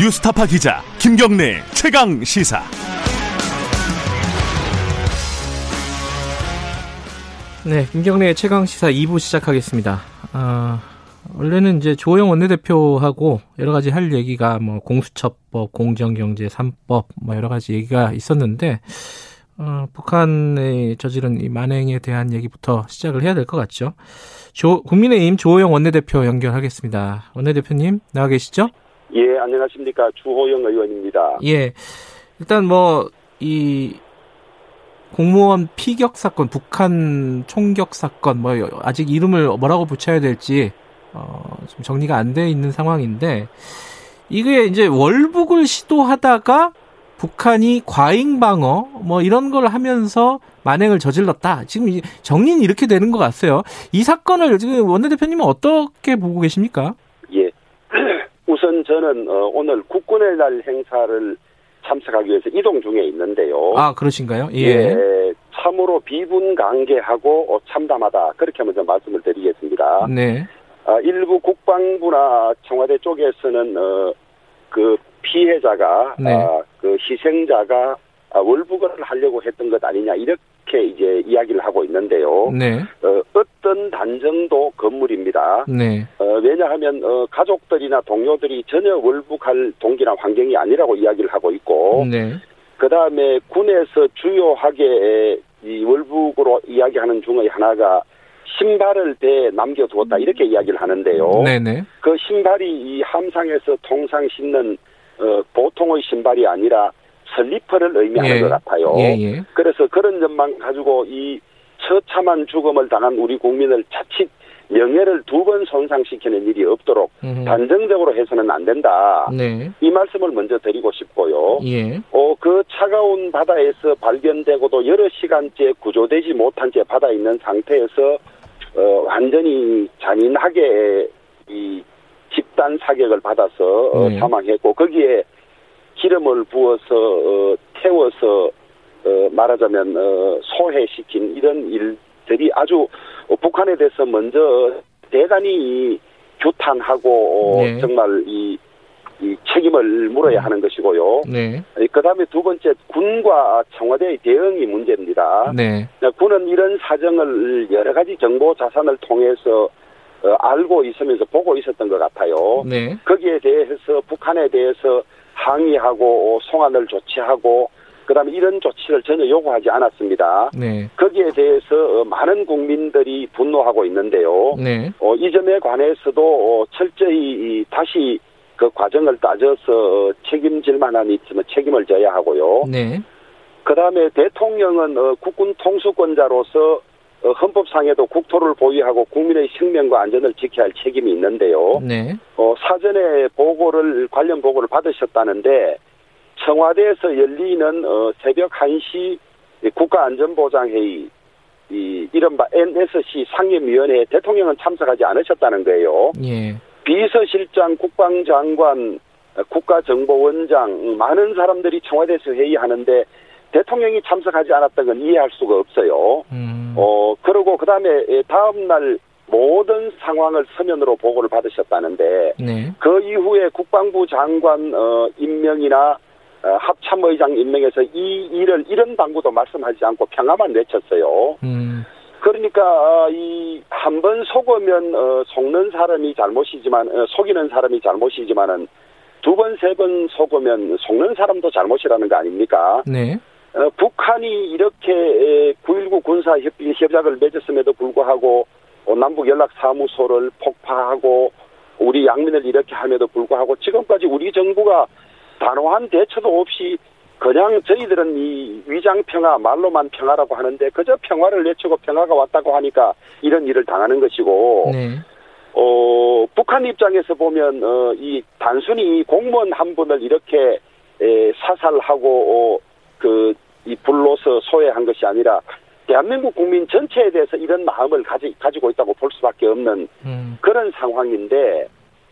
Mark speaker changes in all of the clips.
Speaker 1: 뉴스타파 기자 김경래 최강 시사.
Speaker 2: 네, 김경래 최강 시사 2부 시작하겠습니다. 아, 원래는 이제 조호영 원내대표하고 여러 가지 할 얘기가 뭐 공수처법, 공정경제 3법 뭐 여러 가지 얘기가 있었는데 어, 북한의 저지른 이 만행에 대한 얘기부터 시작을 해야 될 것 같죠. 조, 국민의힘 조호영 원내대표 연결하겠습니다. 원내대표님 나와 계시죠?
Speaker 3: 예, 안녕하십니까. 주호영 의원입니다.
Speaker 2: 예. 일단 뭐 이 공무원 피격 사건, 북한 총격 사건 뭐 여- 아직 이름을 뭐라고 붙여야 될지 어, 좀 정리가 안 돼 있는 상황인데 이게 이제 월북을 시도하다가 북한이 과잉 방어 뭐 이런 걸 하면서 만행을 저질렀다. 지금 이- 정리는 이렇게 되는 것 같아요. 이 사건을 지금 원내대표님은 어떻게 보고 계십니까?
Speaker 3: 예. 우선 저는 어, 오늘 국군의 날 행사를 참석하기 위해서 이동 중에 있는데요.
Speaker 2: 아 그러신가요?
Speaker 3: 어? 예, 참으로 비분강개하고 참담하다. 그렇게 먼저 말씀을 드리겠습니다.
Speaker 2: 네.
Speaker 3: 아, 일부 국방부나 청와대 쪽에서는 어, 그 피해자가
Speaker 2: 네.
Speaker 3: 아, 그 희생자가 아, 월북을 하려고 했던 것 아니냐 이렇게 이제 이야기를 하고 있는데요.
Speaker 2: 네.
Speaker 3: 어, 어떤 단정도 건물입니다.
Speaker 2: 네.
Speaker 3: 어, 왜냐하면 어, 가족들이나 동료들이 전혀 월북할 동기나 환경이 아니라고 이야기를 하고 있고
Speaker 2: 네.
Speaker 3: 그 다음에 군에서 주요하게 이 월북으로 이야기하는 중의 하나가 신발을 배에 남겨두었다 이렇게 이야기를 하는데요.
Speaker 2: 네네.
Speaker 3: 그 신발이 이 함상에서 통상 신는 어, 보통의 신발이 아니라 슬리퍼를 의미하는
Speaker 2: 예.
Speaker 3: 것 같아요.
Speaker 2: 예, 예.
Speaker 3: 그래서 그런 점만 가지고 이 처참한 죽음을 당한 우리 국민을 자칫 명예를 두 번 손상시키는 일이 없도록
Speaker 2: 음,
Speaker 3: 단정적으로 해서는 안 된다.
Speaker 2: 네.
Speaker 3: 이 말씀을 먼저 드리고 싶고요.
Speaker 2: 예.
Speaker 3: 어, 그 차가운 바다에서 발견되고도 여러 시간째 구조되지 못한 채 바다에 있는 상태에서 어, 완전히 잔인하게 이 집단 사격을 받아서 어,
Speaker 2: 네.
Speaker 3: 사망했고 거기에 기름을 부어서 어, 태워서 어, 말하자면 어, 소해시킨 이런 일들이 아주 어, 북한에 대해서 먼저 대단히 이 규탄하고 어,
Speaker 2: 네.
Speaker 3: 정말 이, 이 책임을 물어야 하는 것이고요.
Speaker 2: 네.
Speaker 3: 그 다음에 두 번째 군과 청와대의 대응이 문제입니다.
Speaker 2: 네.
Speaker 3: 군은 이런 사정을 여러 가지 정보 자산을 통해서 어, 알고 있으면서 보고 있었던 것 같아요.
Speaker 2: 네.
Speaker 3: 거기에 대해서 북한에 대해서 항의하고 어, 송환을 조치하고 그다음에 이런 조치를 전혀 요구하지 않았습니다.
Speaker 2: 네.
Speaker 3: 거기에 대해서 어, 많은 국민들이 분노하고 있는데요.
Speaker 2: 네.
Speaker 3: 어, 이 점에 관해서도 어, 철저히 이 다시 그 과정을 따져서 어, 책임질 만한 있으면 책임을 져야 하고요.
Speaker 2: 네.
Speaker 3: 그다음에 대통령은 어, 국군 통수권자로서 어, 헌법상에도 국토를 보유하고 국민의 생명과 안전을 지켜야 할 책임이 있는데요.
Speaker 2: 네.
Speaker 3: 어, 사전에 보고를 관련 보고를 받으셨다는데 청와대에서 열리는 어, 새벽 1시 국가안전보장회의 이 이른바 NSC 상임위원회에 대통령은 참석하지 않으셨다는 거예요.
Speaker 2: 예.
Speaker 3: 비서실장, 국방장관, 어, 국가정보원장 많은 사람들이 청와대에서 회의하는데 대통령이 참석하지 않았던 건 이해할 수가 없어요.
Speaker 2: 음.
Speaker 3: 어 그리고 그다음에 예, 다음 날 모든 상황을 서면으로 보고를 받으셨다는데
Speaker 2: 네.
Speaker 3: 그 이후에 국방부 장관 어, 임명이나 어, 합참의장 임명에서 이 일을 이런 당구도 말씀하지 않고 평화만 외쳤어요.
Speaker 2: 음.
Speaker 3: 그러니까 이 한 번 속으면 어, 속는 사람이 잘못이지만 어, 속이는 사람이 잘못이지만은 두 번 세 번 속으면 속는 사람도 잘못이라는 거 아닙니까?
Speaker 2: 네.
Speaker 3: 어, 북한이 이렇게 에, 9.19 군사 협- 협약을 맺었음에도 불구하고 어, 남북 연락 사무소를 폭파하고 우리 양민을 이렇게 함에도 불구하고 지금까지 우리 정부가 단호한 대처도 없이 그냥 저희들은 이 위장 평화 말로만 평화라고 하는데 그저 평화를 외치고 평화가 왔다고 하니까 이런 일을 당하는 것이고
Speaker 2: 네.
Speaker 3: 어, 북한 입장에서 보면, 어, 이, 단순히 이 공무원 한 분을 이렇게, 에, 사살하고, 어, 그, 이 불로서 소외한 것이 아니라, 대한민국 국민 전체에 대해서 이런 마음을 가지, 가지고 있다고 볼 수밖에 없는
Speaker 2: 음.
Speaker 3: 그런 상황인데,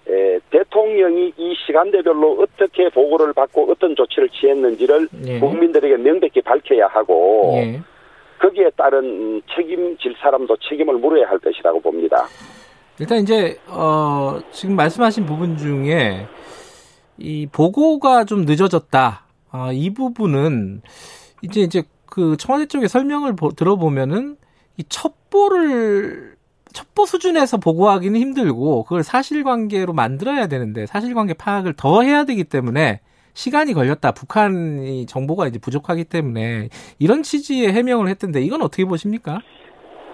Speaker 3: 에, 대통령이 이 시간대별로 어떻게 보고를 받고 어떤 조치를 취했는지를
Speaker 2: 예.
Speaker 3: 국민들에게 명백히 밝혀야 하고,
Speaker 2: 예.
Speaker 3: 거기에 따른 음, 책임질 사람도 책임을 물어야 할 것이라고 봅니다.
Speaker 2: 일단 이제 어 지금 말씀하신 부분 중에 이 보고가 좀 늦어졌다. 아, 이 부분은 이제 이제 그 청와대 쪽의 설명을 보- 들어보면은 이 첩보를 첩보 수준에서 보고하기는 힘들고 그걸 사실관계로 만들어야 되는데 사실관계 파악을 더 해야 되기 때문에 시간이 걸렸다. 북한이 정보가 이제 부족하기 때문에 이런 취지의 해명을 했던데 이건 어떻게 보십니까?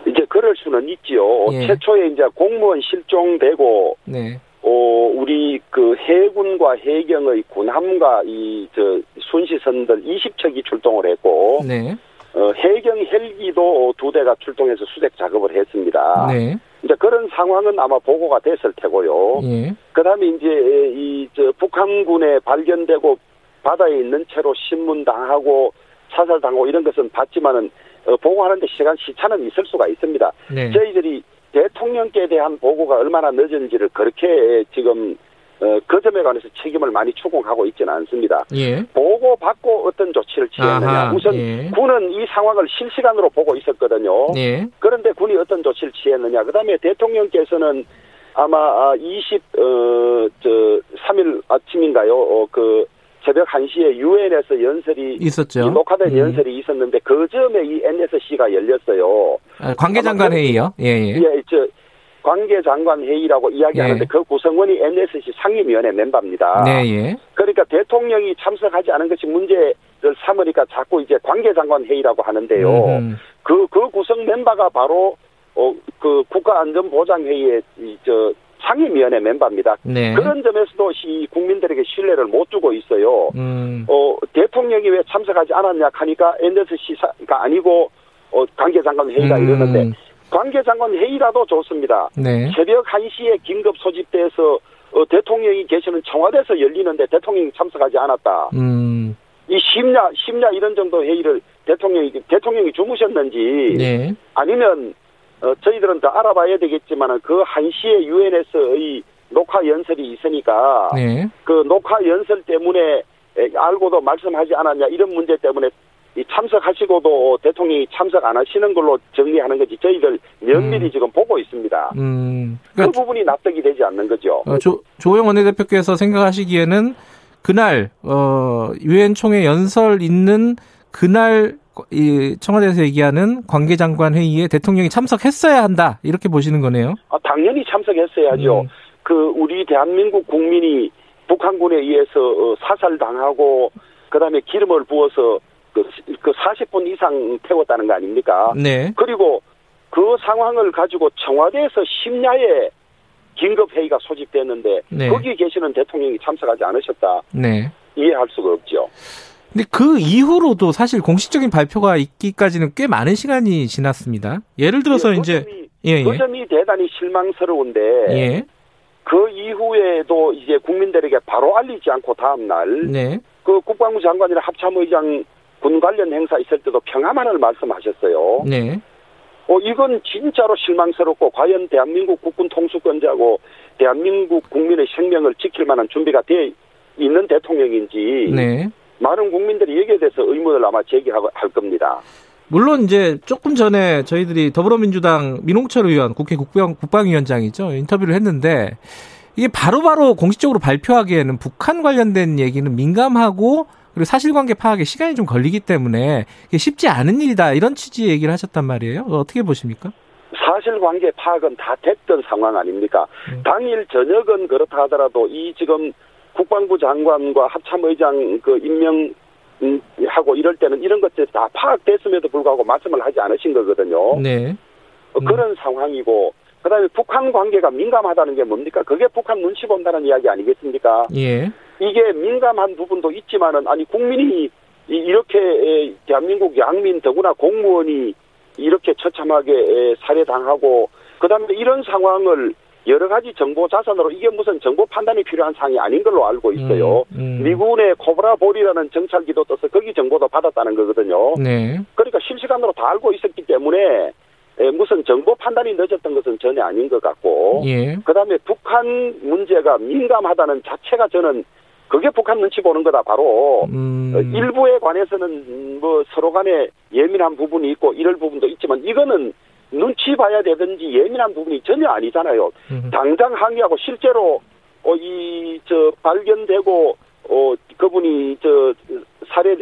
Speaker 3: 이제 그럴 수는 있지요.
Speaker 2: 예.
Speaker 3: 최초에 이제 공무원 실종되고
Speaker 2: 네,
Speaker 3: 어, 우리 그 해군과 해경의 군함과 이 저 순시선들 20척이 출동을 했고
Speaker 2: 네,
Speaker 3: 어, 해경 헬기도 두 대가 출동해서 수색 작업을 했습니다.
Speaker 2: 네,
Speaker 3: 이제 그런 상황은 아마 보고가 됐을 테고요.
Speaker 2: 예,
Speaker 3: 그다음에 이제 이 저 북한군에 발견되고 바다에 있는 채로 신문당하고 사살당하고 이런 것은 봤지만은 어, 보고하는데 시간 시차는 있을 수가 있습니다.
Speaker 2: 네,
Speaker 3: 저희들이 대통령께 대한 보고가 얼마나 늦은지를 그렇게 지금 어, 그 점에 관해서 책임을 많이 추궁하고 있지는 않습니다.
Speaker 2: 예.
Speaker 3: 보고 받고 어떤 조치를 취했느냐.
Speaker 2: 아하,
Speaker 3: 우선
Speaker 2: 예.
Speaker 3: 군은 이 상황을 실시간으로 보고 있었거든요.
Speaker 2: 예,
Speaker 3: 그런데 군이 어떤 조치를 취했느냐. 그 다음에 대통령께서는 아마 23일 아침인가요? 어, 그 새벽 1시에 유엔에서 연설이 이
Speaker 2: 있었죠.
Speaker 3: 녹화된
Speaker 2: 예.
Speaker 3: 연설이 있었는데 그 점에 이 NSC가 열렸어요.
Speaker 2: 아, 관계장관 회의요. 예, 예.
Speaker 3: 예, 저 관계장관 회의라고 이야기하는데
Speaker 2: 예.
Speaker 3: 그 구성원이 NSC 상임위원회 멤버입니다.
Speaker 2: 네, 예.
Speaker 3: 그러니까 대통령이 참석하지 않은 것이 문제를 삼으니까 자꾸 이제 관계장관 회의라고 하는데요.
Speaker 2: 음,
Speaker 3: 그, 그 구성 멤버가 바로 어, 그 국가안전보장회의의 이, 저 상임위원회 멤버입니다.
Speaker 2: 네.
Speaker 3: 그런 점에서도 이 국민들에게 신뢰를 못 주고 있어요.
Speaker 2: 음,
Speaker 3: 어, 대통령이 왜 참석하지 않았냐 하니까 NSC가 아니고 어, 관계장관 회의가
Speaker 2: 음,
Speaker 3: 이러는데 관계장관 회의라도 좋습니다.
Speaker 2: 네.
Speaker 3: 새벽 1시에 긴급 소집돼서 어, 대통령이 계시는 청와대에서 열리는데 대통령이 참석하지 않았다.
Speaker 2: 음,
Speaker 3: 이 심야, 심야 이런 정도 회의를 대통령이, 대통령이 주무셨는지
Speaker 2: 예.
Speaker 3: 아니면 어, 저희들은 더 알아봐야 되겠지만 그 1시에 유엔에서의 녹화 연설이 있으니까
Speaker 2: 네.
Speaker 3: 그 녹화 연설 때문에 에, 알고도 말씀하지 않았냐 이런 문제 때문에 이 참석하시고도 대통령이 참석 안 하시는 걸로 정리하는 거지 저희들 면밀히
Speaker 2: 음.
Speaker 3: 지금 보고 있습니다.
Speaker 2: 음.
Speaker 3: 그
Speaker 2: 그러니까
Speaker 3: 부분이 납득이 되지 않는 거죠.
Speaker 2: 어, 조, 조영 원내대표께서 생각하시기에는 그날 어 유엔 총회 연설 있는 그날 이 청와대에서 얘기하는 관계장관 회의에 대통령이 참석했어야 한다 이렇게 보시는 거네요.
Speaker 3: 아, 당연히 참석했어야죠.
Speaker 2: 음.
Speaker 3: 그 우리 대한민국 국민이 북한군에 의해서 어, 사살당하고 그다음에 기름을 부어서 그, 시- 그 40분 이상 태웠다는 거 아닙니까?
Speaker 2: 네.
Speaker 3: 그리고 그 상황을 가지고 청와대에서 심야에 긴급 회의가 소집됐는데
Speaker 2: 네.
Speaker 3: 거기 계시는 대통령이 참석하지 않으셨다
Speaker 2: 네.
Speaker 3: 이해할 수가 없죠.
Speaker 2: 근데 그 이후로도 사실 공식적인 발표가 있기까지는 꽤 많은 시간이 지났습니다. 예를 들어서
Speaker 3: 예, 그
Speaker 2: 이제
Speaker 3: 점이-
Speaker 2: 예, 예.
Speaker 3: 그 점이 대단히 실망스러운데
Speaker 2: 예.
Speaker 3: 그 이후에도 이제 국민들에게 바로 알리지 않고 다음 날 그
Speaker 2: 네.
Speaker 3: 국방부 장관이나 합참의장 군 관련 행사 있을 때도 평화만을 말씀하셨어요.
Speaker 2: 네.
Speaker 3: 어, 이건 진짜로 실망스럽고 과연 대한민국 국군 통수권자고 대한민국 국민의 생명을 지킬 만한 준비가 돼 있는 대통령인지
Speaker 2: 네.
Speaker 3: 많은 국민들이 여기에 대해서 의문을 아마 제기할 겁니다.
Speaker 2: 물론 이제 조금 전에 저희들이 더불어민주당 민홍철 의원 국회 국방 국방위원장이죠 인터뷰를 했는데 이게 바로바로 공식적으로 발표하기에는 북한 관련된 얘기는 민감하고 그리고 사실관계 파악에 시간이 좀 걸리기 때문에 이게 쉽지 않은 일이다 이런 취지의 얘기를 하셨단 말이에요 어떻게 보십니까?
Speaker 3: 사실관계 파악은 다 됐던 상황 아닙니까?
Speaker 2: 음.
Speaker 3: 당일 저녁은 그렇다 하더라도 이 지금 국방부 장관과 합참의장 그 임명 음, 하고 이럴 때는 이런 것들이 다 파악됐음에도 불구하고 말씀을 하지 않으신 거거든요.
Speaker 2: 네,
Speaker 3: 어,
Speaker 2: 음.
Speaker 3: 그런 상황이고 그다음에 북한 관계가 민감하다는 게 뭡니까? 그게 북한 눈치 본다는 이야기 아니겠습니까?
Speaker 2: 예,
Speaker 3: 이게 민감한 부분도 있지만은 아니 국민이 이- 이렇게 에, 대한민국 양민 더구나 공무원이 이렇게 처참하게 에, 살해당하고 그다음에 이런 상황을 여러 가지 정보 자산으로 이게 무슨 정보 판단이 필요한 상이 아닌 걸로 알고 있어요.
Speaker 2: 음, 음.
Speaker 3: 미군의 코브라 볼이라는 정찰기도 떠서 거기 정보도 받았다는 거거든요.
Speaker 2: 네,
Speaker 3: 그러니까 실시간으로 다 알고 있었기 때문에 에, 무슨 정보 판단이 늦었던 것은 전혀 아닌 것 같고
Speaker 2: 예,
Speaker 3: 그다음에 북한 문제가 민감하다는 자체가 저는 그게 북한 눈치 보는 거다 바로
Speaker 2: 음,
Speaker 3: 어, 일부에 관해서는 뭐 서로 간에 예민한 부분이 있고 이럴 부분도 있지만 이거는 눈치 봐야 되든지 예민한 부분이 전혀 아니잖아요.
Speaker 2: 음.
Speaker 3: 당장 항의하고 실제로 어, 어, 이, 저, 발견되고, 어, 그분이, 저, 살해,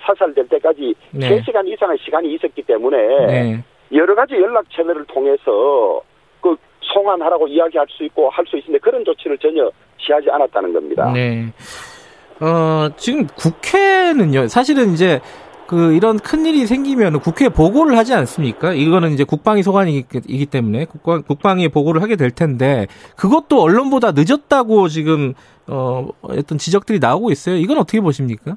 Speaker 3: 사살될 때까지
Speaker 2: 네.
Speaker 3: 3시간 이상의 시간이 있었기 때문에,
Speaker 2: 네.
Speaker 3: 여러 가지 연락 채널을 통해서, 그, 송환하라고 이야기할 수 있고 할 수 있는데 그런 조치를 전혀 취하지 않았다는 겁니다.
Speaker 2: 네. 어, 지금 국회는요, 사실은 이제, 그, 이런 큰일이 생기면 국회에 보고를 하지 않습니까? 이거는 이제 국방위 소관이기 때문에 국방, 국방위에 보고를 하게 될 텐데, 그것도 언론보다 늦었다고 지금, 어, 어떤 지적들이 나오고 있어요. 이건 어떻게 보십니까?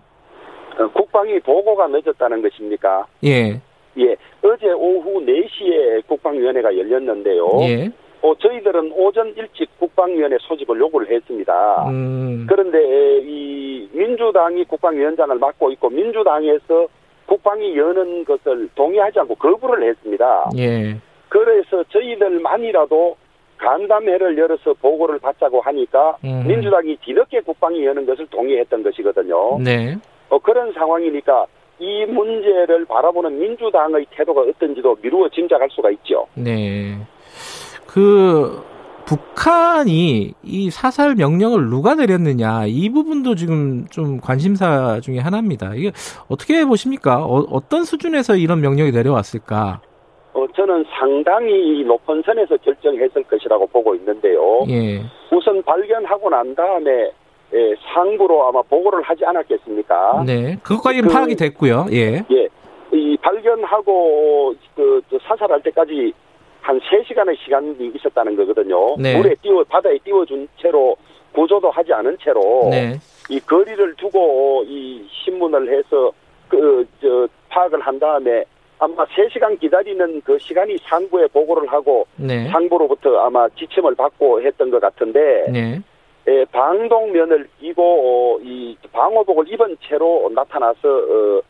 Speaker 3: 어, 국방위 보고가 늦었다는 것입니까?
Speaker 2: 예.
Speaker 3: 예, 어제 오후 4시에 국방위원회가 열렸는데요.
Speaker 2: 예.
Speaker 3: 어, 저희들은 오전 일찍 국방위원회 소집을 요구를 했습니다.
Speaker 2: 음,
Speaker 3: 그런데 이 민주당이 국방위원장을 맡고 있고 민주당에서 국방위 여는 것을 동의하지 않고 거부를 했습니다.
Speaker 2: 예.
Speaker 3: 그래서 저희들만이라도 간담회를 열어서 보고를 받자고 하니까
Speaker 2: 음.
Speaker 3: 민주당이 뒤늦게 국방위 여는 것을 동의했던 것이거든요.
Speaker 2: 네.
Speaker 3: 어, 그런 상황이니까 이 문제를 바라보는 민주당의 태도가 어떤지도 미루어 짐작할 수가 있죠.
Speaker 2: 네. 그 북한이 이 사살 명령을 누가 내렸느냐 이 부분도 지금 좀 관심사 중에 하나입니다. 이게 어떻게 보십니까? 어, 떤 수준에서 이런 명령이 내려왔을까?
Speaker 3: 어, 저는 상당히 높은 선에서 결정했을 것이라고 보고 있는데요.
Speaker 2: 예.
Speaker 3: 우선 발견하고 난 다음에 예, 상부로 아마 보고를 하지 않았겠습니까?
Speaker 2: 네. 그것까지는
Speaker 3: 아? 그-
Speaker 2: 파악이 됐고요. 예.
Speaker 3: 예. 이 발견하고 그, 저 사살할 때까지 한 3시간의 시간이 있었다는 거거든요.
Speaker 2: 네.
Speaker 3: 물에 띄워 바다에 띄워준 채로 구조도 하지 않은 채로
Speaker 2: 네.
Speaker 3: 이 거리를 두고 이 신문을 해서 그 저 파악을 한 다음에 아마 3시간 기다리는 그 시간이 상부에 보고를 하고
Speaker 2: 네.
Speaker 3: 상부로부터 아마 지침을 받고 했던 것 같은데
Speaker 2: 네.
Speaker 3: 예, 방독면을 끼고 어, 이 방호복을 입은 채로 나타나서 어,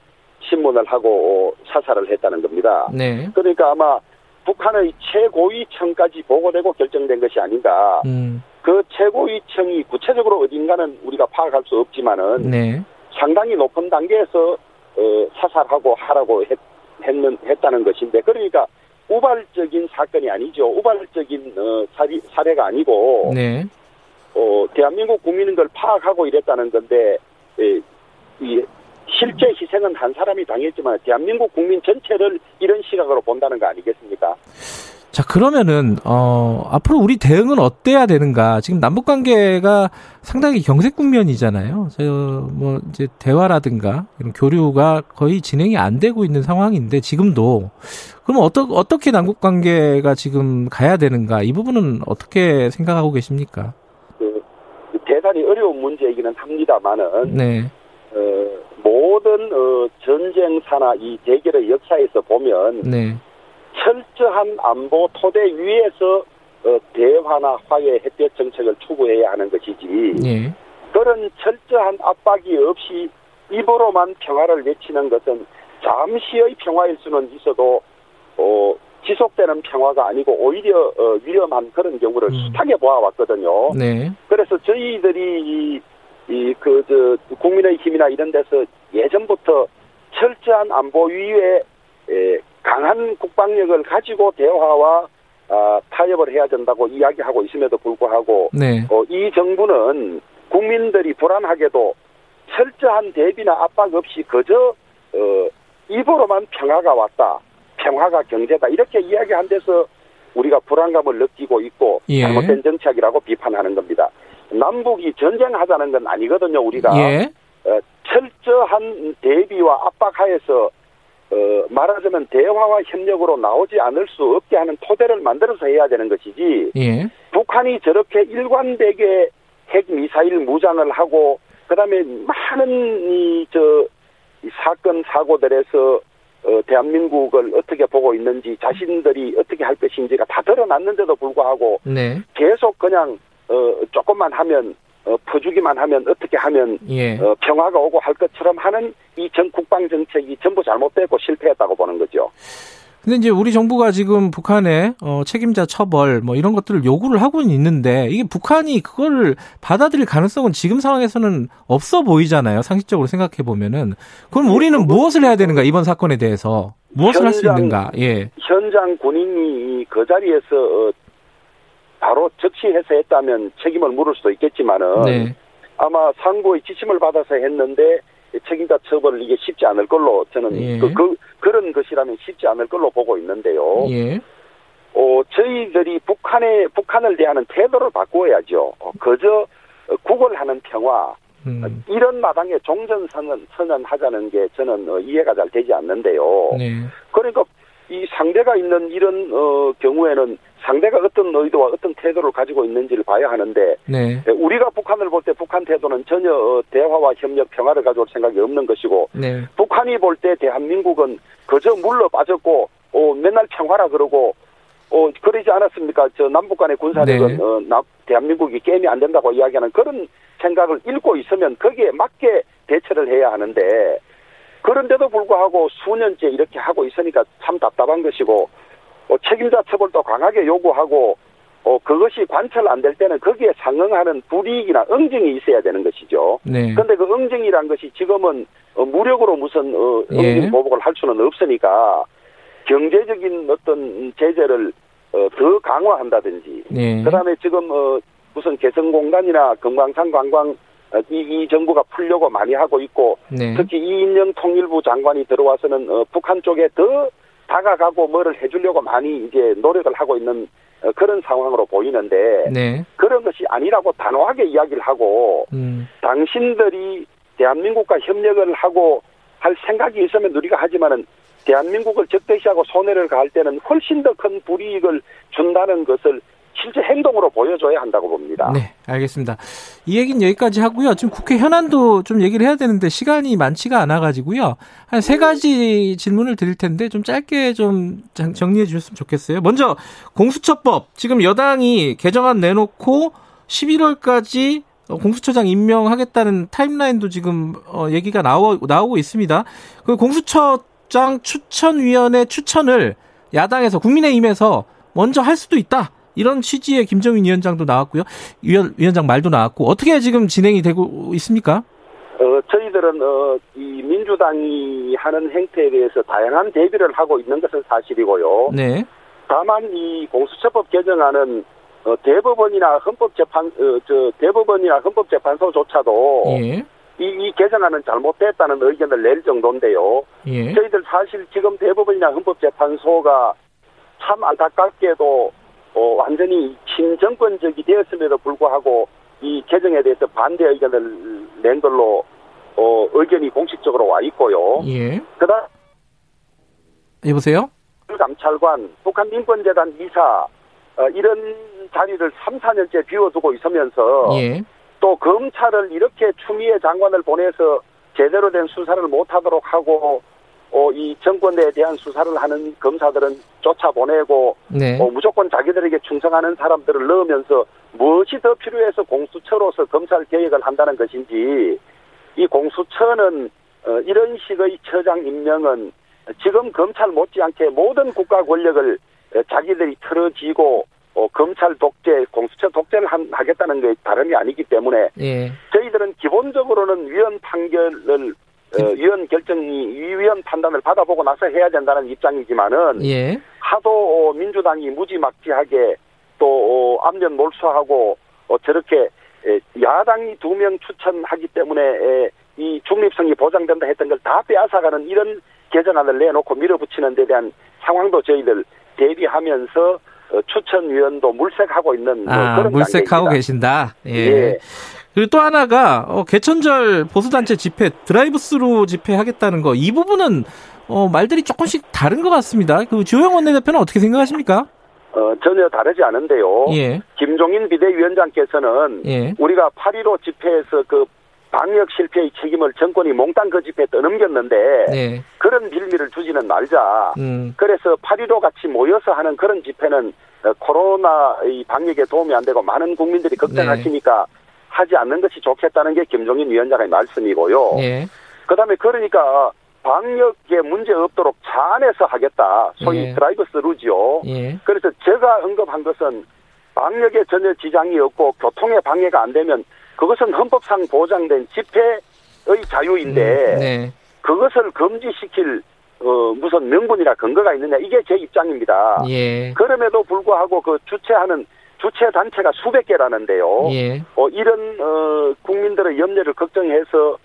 Speaker 3: 신문을 하고 어, 사살을 했다는 겁니다.
Speaker 2: 네.
Speaker 3: 그러니까 아마 북한의 최고위층까지 보고되고 결정된 것이 아닌가.
Speaker 2: 음.
Speaker 3: 그 최고위층이 구체적으로 어딘가는 우리가 파악할 수 없지만은
Speaker 2: 네.
Speaker 3: 상당히 높은 단계에서 어, 사살하고 하라고 했, 했는, 했다는 것인데 그러니까 우발적인 사건이 아니죠. 우발적인 어, 사리, 사례가 아니고
Speaker 2: 네.
Speaker 3: 어, 대한민국 국민인 걸 파악하고 이랬다는 건데, 에, 이, 실제 희생은 한 사람이 당했지만 대한민국 국민 전체를 이런 시각으로 본다는 거 아니겠습니까?
Speaker 2: 자 그러면은 어 앞으로 우리 대응은 어때야 되는가? 지금 남북 관계가 상당히 경색 국면이잖아요. 저뭐 이제 대화라든가 이런 교류가 거의 진행이 안 되고 있는 상황인데 지금도 그럼 어떠, 어떻게 남북 관계가 지금 가야 되는가? 이 부분은 어떻게 생각하고 계십니까?
Speaker 3: 그, 대단히 어려운 문제이기는 합니다만은
Speaker 2: 네,
Speaker 3: 어, 모든 어, 전쟁사나 이 대결의 역사에서 보면
Speaker 2: 네,
Speaker 3: 철저한 안보 토대 위에서 어, 대화나 화해 햇볕 정책을 추구해야 하는 것이지
Speaker 2: 예,
Speaker 3: 그런 철저한 압박이 없이 입으로만 평화를 외치는 것은 잠시의 평화일 수는 있어도 어, 지속되는 평화가 아니고 오히려 어, 위험한 그런 경우를
Speaker 2: 음.
Speaker 3: 숱하게 보아왔거든요.
Speaker 2: 네,
Speaker 3: 그래서 저희들이 이그저 국민의힘이나 이런 데서 예전부터 철저한 안보 위에 에, 강한 국방력을 가지고 대화와 아, 타협을 해야 된다고 이야기하고 있음에도 불구하고
Speaker 2: 네,
Speaker 3: 어, 이 정부는 국민들이 불안하게도 철저한 대비나 압박 없이 그저 어, 입으로만 평화가 왔다, 평화가 경제다 이렇게 이야기한 데서 우리가 불안감을 느끼고 있고
Speaker 2: 예.
Speaker 3: 잘못된 정책이라고 비판하는 겁니다. 남북이 전쟁하자는 건 아니거든요. 우리가
Speaker 2: 예,
Speaker 3: 어, 철저한 대비와 압박하에서 어, 말하자면 대화와 협력으로 나오지 않을 수 없게 하는 토대를 만들어서 해야 되는 것이지
Speaker 2: 예,
Speaker 3: 북한이 저렇게 일관되게 핵 미사일 무장을 하고 그다음에 많은 이저 사건 사고들에서 어, 대한민국을 어떻게 보고 있는지 자신들이 어떻게 할 것인지가 다 드러났는데도 불구하고
Speaker 2: 네,
Speaker 3: 계속 그냥 어, 조금만 하면 어, 퍼주기만 하면 어떻게 하면
Speaker 2: 예.
Speaker 3: 어, 평화가 오고 할 것처럼 하는 이 전 국방 정책이 전부 잘못되고 실패했다고 보는 거죠.
Speaker 2: 근데 이제 우리 정부가 지금 북한의 어, 책임자 처벌 뭐 이런 것들을 요구를 하고는 있는데 이게 북한이 그걸 받아들일 가능성은 지금 상황에서는 없어 보이잖아요. 상식적으로 생각해 보면은
Speaker 3: 네,
Speaker 2: 그럼 우리는 무엇을 해야 되는가 이번 사건에 대해서 무엇을 할 수
Speaker 3: 현장-
Speaker 2: 있는가? 예,
Speaker 3: 현장 군인이 그 자리에서 어, 바로 뭐 적시해서 했다면 책임을 물을 수도 있겠지만은
Speaker 2: 네.
Speaker 3: 아마 상고의 지침을 받아서 했는데 책임자 처벌을 이게 쉽지 않을 걸로 저는
Speaker 2: 예.
Speaker 3: 그, 그, 런 것이라면 쉽지 않을 걸로 보고 있는데요.
Speaker 2: 예.
Speaker 3: 어, 저희들이 북한에 북한을 대하는 태도를 바꾸어야죠. 어, 그저 어, 구걸하는 평화
Speaker 2: 음.
Speaker 3: 이런 마당에 종전 선언 선언하자는 게 저는 어, 이해가 잘 되지 않는데요.
Speaker 2: 네.
Speaker 3: 그러니까 이 상대가 있는 이런 어, 경우에는 상대가 어떤 의도와 어떤 태도를 가지고 있는지를 봐야 하는데
Speaker 2: 네.
Speaker 3: 에, 우리가 북한을 볼 때 북한 태도는 전혀 어, 대화와 협력 평화를 가져올 생각이 없는 것이고
Speaker 2: 네.
Speaker 3: 북한이 볼 때 대한민국은 그저 물러 빠졌고 어, 맨날 평화라 그러고 어, 그러지 않았습니까? 저 남북 간의 군사력은
Speaker 2: 네.
Speaker 3: 어, 남- 대한민국이 게임이 안 된다고 이야기하는 그런 생각을 읽고 있으면 거기에 맞게 대처를 해야 하는데 그런데도 불구하고 수년째 이렇게 하고 있으니까 참 답답한 것이고 어, 책임자 처벌도 강하게 요구하고 어, 그것이 관철 안 될 때는 거기에 상응하는 불이익이나 응징이 있어야 되는 것이죠.
Speaker 2: 네.
Speaker 3: 근데 그 응징이란 것이 지금은 어, 무력으로 무슨 어, 응징
Speaker 2: 예.
Speaker 3: 보복을 할 수는 없으니까 경제적인 어떤 제재를 어, 더 강화한다든지
Speaker 2: 네.
Speaker 3: 그다음에 지금 어, 무슨 개성공단이나 금강산 관광 어, 이, 이 정부가 풀려고 많이 하고 있고
Speaker 2: 네.
Speaker 3: 특히 이인영 통일부 장관이 들어와서는 어, 북한 쪽에 더 다가가고 뭐를 해주려고 많이 이제 노력을 하고 있는 어, 그런 상황으로 보이는데
Speaker 2: 네.
Speaker 3: 그런 것이 아니라고 단호하게 이야기를 하고
Speaker 2: 음.
Speaker 3: 당신들이 대한민국과 협력을 하고 할 생각이 있으면 우리가 하지만은 대한민국을 적대시하고 손해를 가할 때는 훨씬 더 큰 불이익을 준다는 것을 실제 행동으로 보여줘야 한다고 봅니다.
Speaker 2: 네, 알겠습니다. 이 얘기는 여기까지 하고요. 지금 국회 현안도 좀 얘기를 해야 되는데 시간이 많지가 않아가지고요. 한 세 가지 질문을 드릴 텐데 좀 짧게 좀 장- 정리해 주셨으면 좋겠어요. 먼저 공수처법 지금 여당이 개정안 내놓고 11월까지 어, 공수처장 임명하겠다는 타임라인도 지금 어, 얘기가 나오, 나오고 있습니다. 그 공수처장 추천위원회 추천을 야당에서 국민의힘에서 먼저 할 수도 있다. 이런 취지의 김정인 위원장도 나왔고요. 위원, 위원장 말도 나왔고 어떻게 지금 진행이 되고 있습니까?
Speaker 3: 어, 저희들은 어, 이 민주당이 하는 행태에 대해서 다양한 대비를 하고 있는 것은 사실이고요.
Speaker 2: 네,
Speaker 3: 다만 이 공수처법 개정안은 어, 대법원이나 헌법재판 어, 저 대법원이나 헌법재판소조차도
Speaker 2: 예,
Speaker 3: 이, 이 개정안은 잘못됐다는 의견을 낼 정도인데요.
Speaker 2: 예,
Speaker 3: 저희들 사실 지금 대법원이나 헌법재판소가 참 안타깝게도 어, 완전히 친정권적이 되었음에도 불구하고 이 개정에 대해서 반대 의견을 낸 걸로 어, 의견이 공식적으로 와 있고요.
Speaker 2: 예.
Speaker 3: 그다음
Speaker 2: 여보세요?
Speaker 3: 감찰관, 북한 인권재단 이사 어, 이런 자리를 3, 4년째 비워두고 있으면서
Speaker 2: 예,
Speaker 3: 또 검찰을 이렇게 추미애 장관을 보내서 제대로 된 수사를 못하도록 하고 어, 이 정권에 대한 수사를 하는 검사들은 쫓아보내고
Speaker 2: 네,
Speaker 3: 어, 무조건 자기들에게 충성하는 사람들을 넣으면서 무엇이 더 필요해서 공수처로서 검찰 개혁을 한다는 것인지 이 공수처는 어, 이런 식의 처장 임명은 지금 검찰 못지않게 모든 국가 권력을 어, 자기들이 틀어쥐고 어, 검찰 독재, 공수처 독재를 한- 하겠다는 게 다름이 아니기 때문에
Speaker 2: 예,
Speaker 3: 저희들은 기본적으로는 위헌 판결을 어,
Speaker 2: 음.
Speaker 3: 위헌 결정이 위헌 판단을 받아보고 나서 해야 된다는 입장이지만은
Speaker 2: 예,
Speaker 3: 하도 어, 민주당이 무지막지하게 또 어, 압력 몰수하고 어, 저렇게 에, 야당이 두 명 추천하기 때문에 에, 이 중립성이 보장된다 했던 걸 다 빼앗아가는 이런 개정안을 내놓고 밀어붙이는 데 대한 상황도 저희들 대비하면서 어, 추천위원도 물색하고 있는 뭐
Speaker 2: 아,
Speaker 3: 그런
Speaker 2: 물색하고
Speaker 3: 단계입니다.
Speaker 2: 계신다. 예.
Speaker 3: 예.
Speaker 2: 그리고 또 하나가 어, 개천절 보수단체 집회 드라이브스루 집회하겠다는 거 이 부분은 어, 말들이 조금씩 다른 것 같습니다. 그 주호영 원내대표는 어떻게 생각하십니까?
Speaker 3: 어, 전혀 다르지 않은데요.
Speaker 2: 예,
Speaker 3: 김종인 비대위원장께서는
Speaker 2: 예,
Speaker 3: 우리가 8.15 집회에서 그 방역 실패의 책임을 정권이 몽땅 그 집회에 떠넘겼는데
Speaker 2: 예,
Speaker 3: 그런 빌미를 주지는 말자.
Speaker 2: 음,
Speaker 3: 그래서 8.15 같이 모여서 하는 그런 집회는 어, 코로나 이 방역에 도움이 안 되고 많은 국민들이 걱정하시니까 하지 않는 것이 좋겠다는 게 김종인 위원장의 말씀이고요.
Speaker 2: 예,
Speaker 3: 그다음에 그러니까 방역에 문제 없도록 차 안에서 하겠다. 소위
Speaker 2: 예.
Speaker 3: 드라이브스 루지요.
Speaker 2: 예,
Speaker 3: 그래서 제가 언급한 것은 방역에 전혀 지장이 없고 교통에 방해가 안 되면 그것은 헌법상 보장된 집회의 자유인데
Speaker 2: 음, 네,
Speaker 3: 그것을 금지시킬 어, 무슨 명분이나 근거가 있느냐 이게 제 입장입니다.
Speaker 2: 예,
Speaker 3: 그럼에도 불구하고 그 주최하는 주체 단체가 수백 개라는데요.
Speaker 2: 예.
Speaker 3: 어, 이런 어, 국민들의 염려를 걱정해서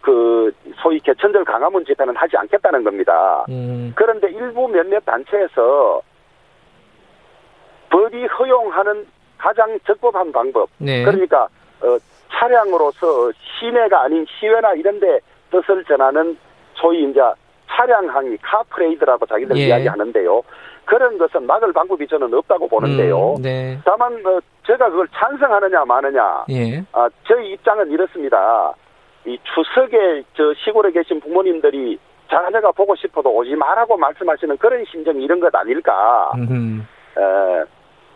Speaker 3: 그 소위 개천절 강화문 집회는 하지 않겠다는 겁니다.
Speaker 2: 음,
Speaker 3: 그런데 일부 몇몇 단체에서 법이 허용하는 가장 적법한 방법
Speaker 2: 네.
Speaker 3: 그러니까 어, 차량으로서 시내가 아닌 시외나 이런데 뜻을 전하는 소위 이제 차량 항의 카프레이드라고 자기들
Speaker 2: 예.
Speaker 3: 이야기하는데요. 그런 것은 막을 방법이 저는 없다고 보는데요.
Speaker 2: 음, 네.
Speaker 3: 다만 어, 제가 그걸 찬성하느냐 마느냐
Speaker 2: 예.
Speaker 3: 아, 저희 입장은 이렇습니다. 이 추석에 저 시골에 계신 부모님들이 자녀가 보고 싶어도 오지 말라고 말씀하시는 그런 심정이 이런 것 아닐까.
Speaker 2: 음,
Speaker 3: 에,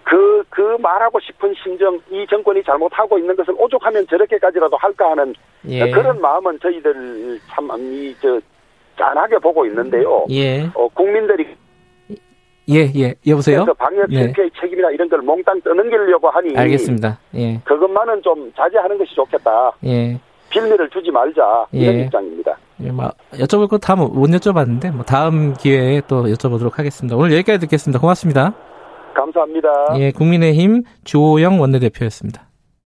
Speaker 3: 그, 그 말하고 싶은 심정, 이 정권이 잘못하고 있는 것을 오죽하면 저렇게까지라도 할까 하는
Speaker 2: 예.
Speaker 3: 네, 그런 마음은 저희들 참, 이, 저, 짠하게 보고 있는데요.
Speaker 2: 예.
Speaker 3: 어, 국민들이
Speaker 2: 예, 예. 여보세요?
Speaker 3: 그 방역
Speaker 2: 예.
Speaker 3: 실패의 책임이나 이런 걸 몽땅 떠넘기려고 하니
Speaker 2: 알겠습니다. 예.
Speaker 3: 그것만은 좀 자제하는 것이 좋겠다.
Speaker 2: 예.
Speaker 3: 빌미를 주지 말자 이런
Speaker 2: 예.
Speaker 3: 입장입니다.
Speaker 2: 예, 뭐, 여쭤볼 거 다 못 여쭤봤는데, 뭐, 다음 기회에 또 여쭤보도록 하겠습니다. 오늘 여기까지 듣겠습니다. 고맙습니다.
Speaker 3: 감사합니다.
Speaker 2: 예, 국민의힘 주호영 원내대표였습니다.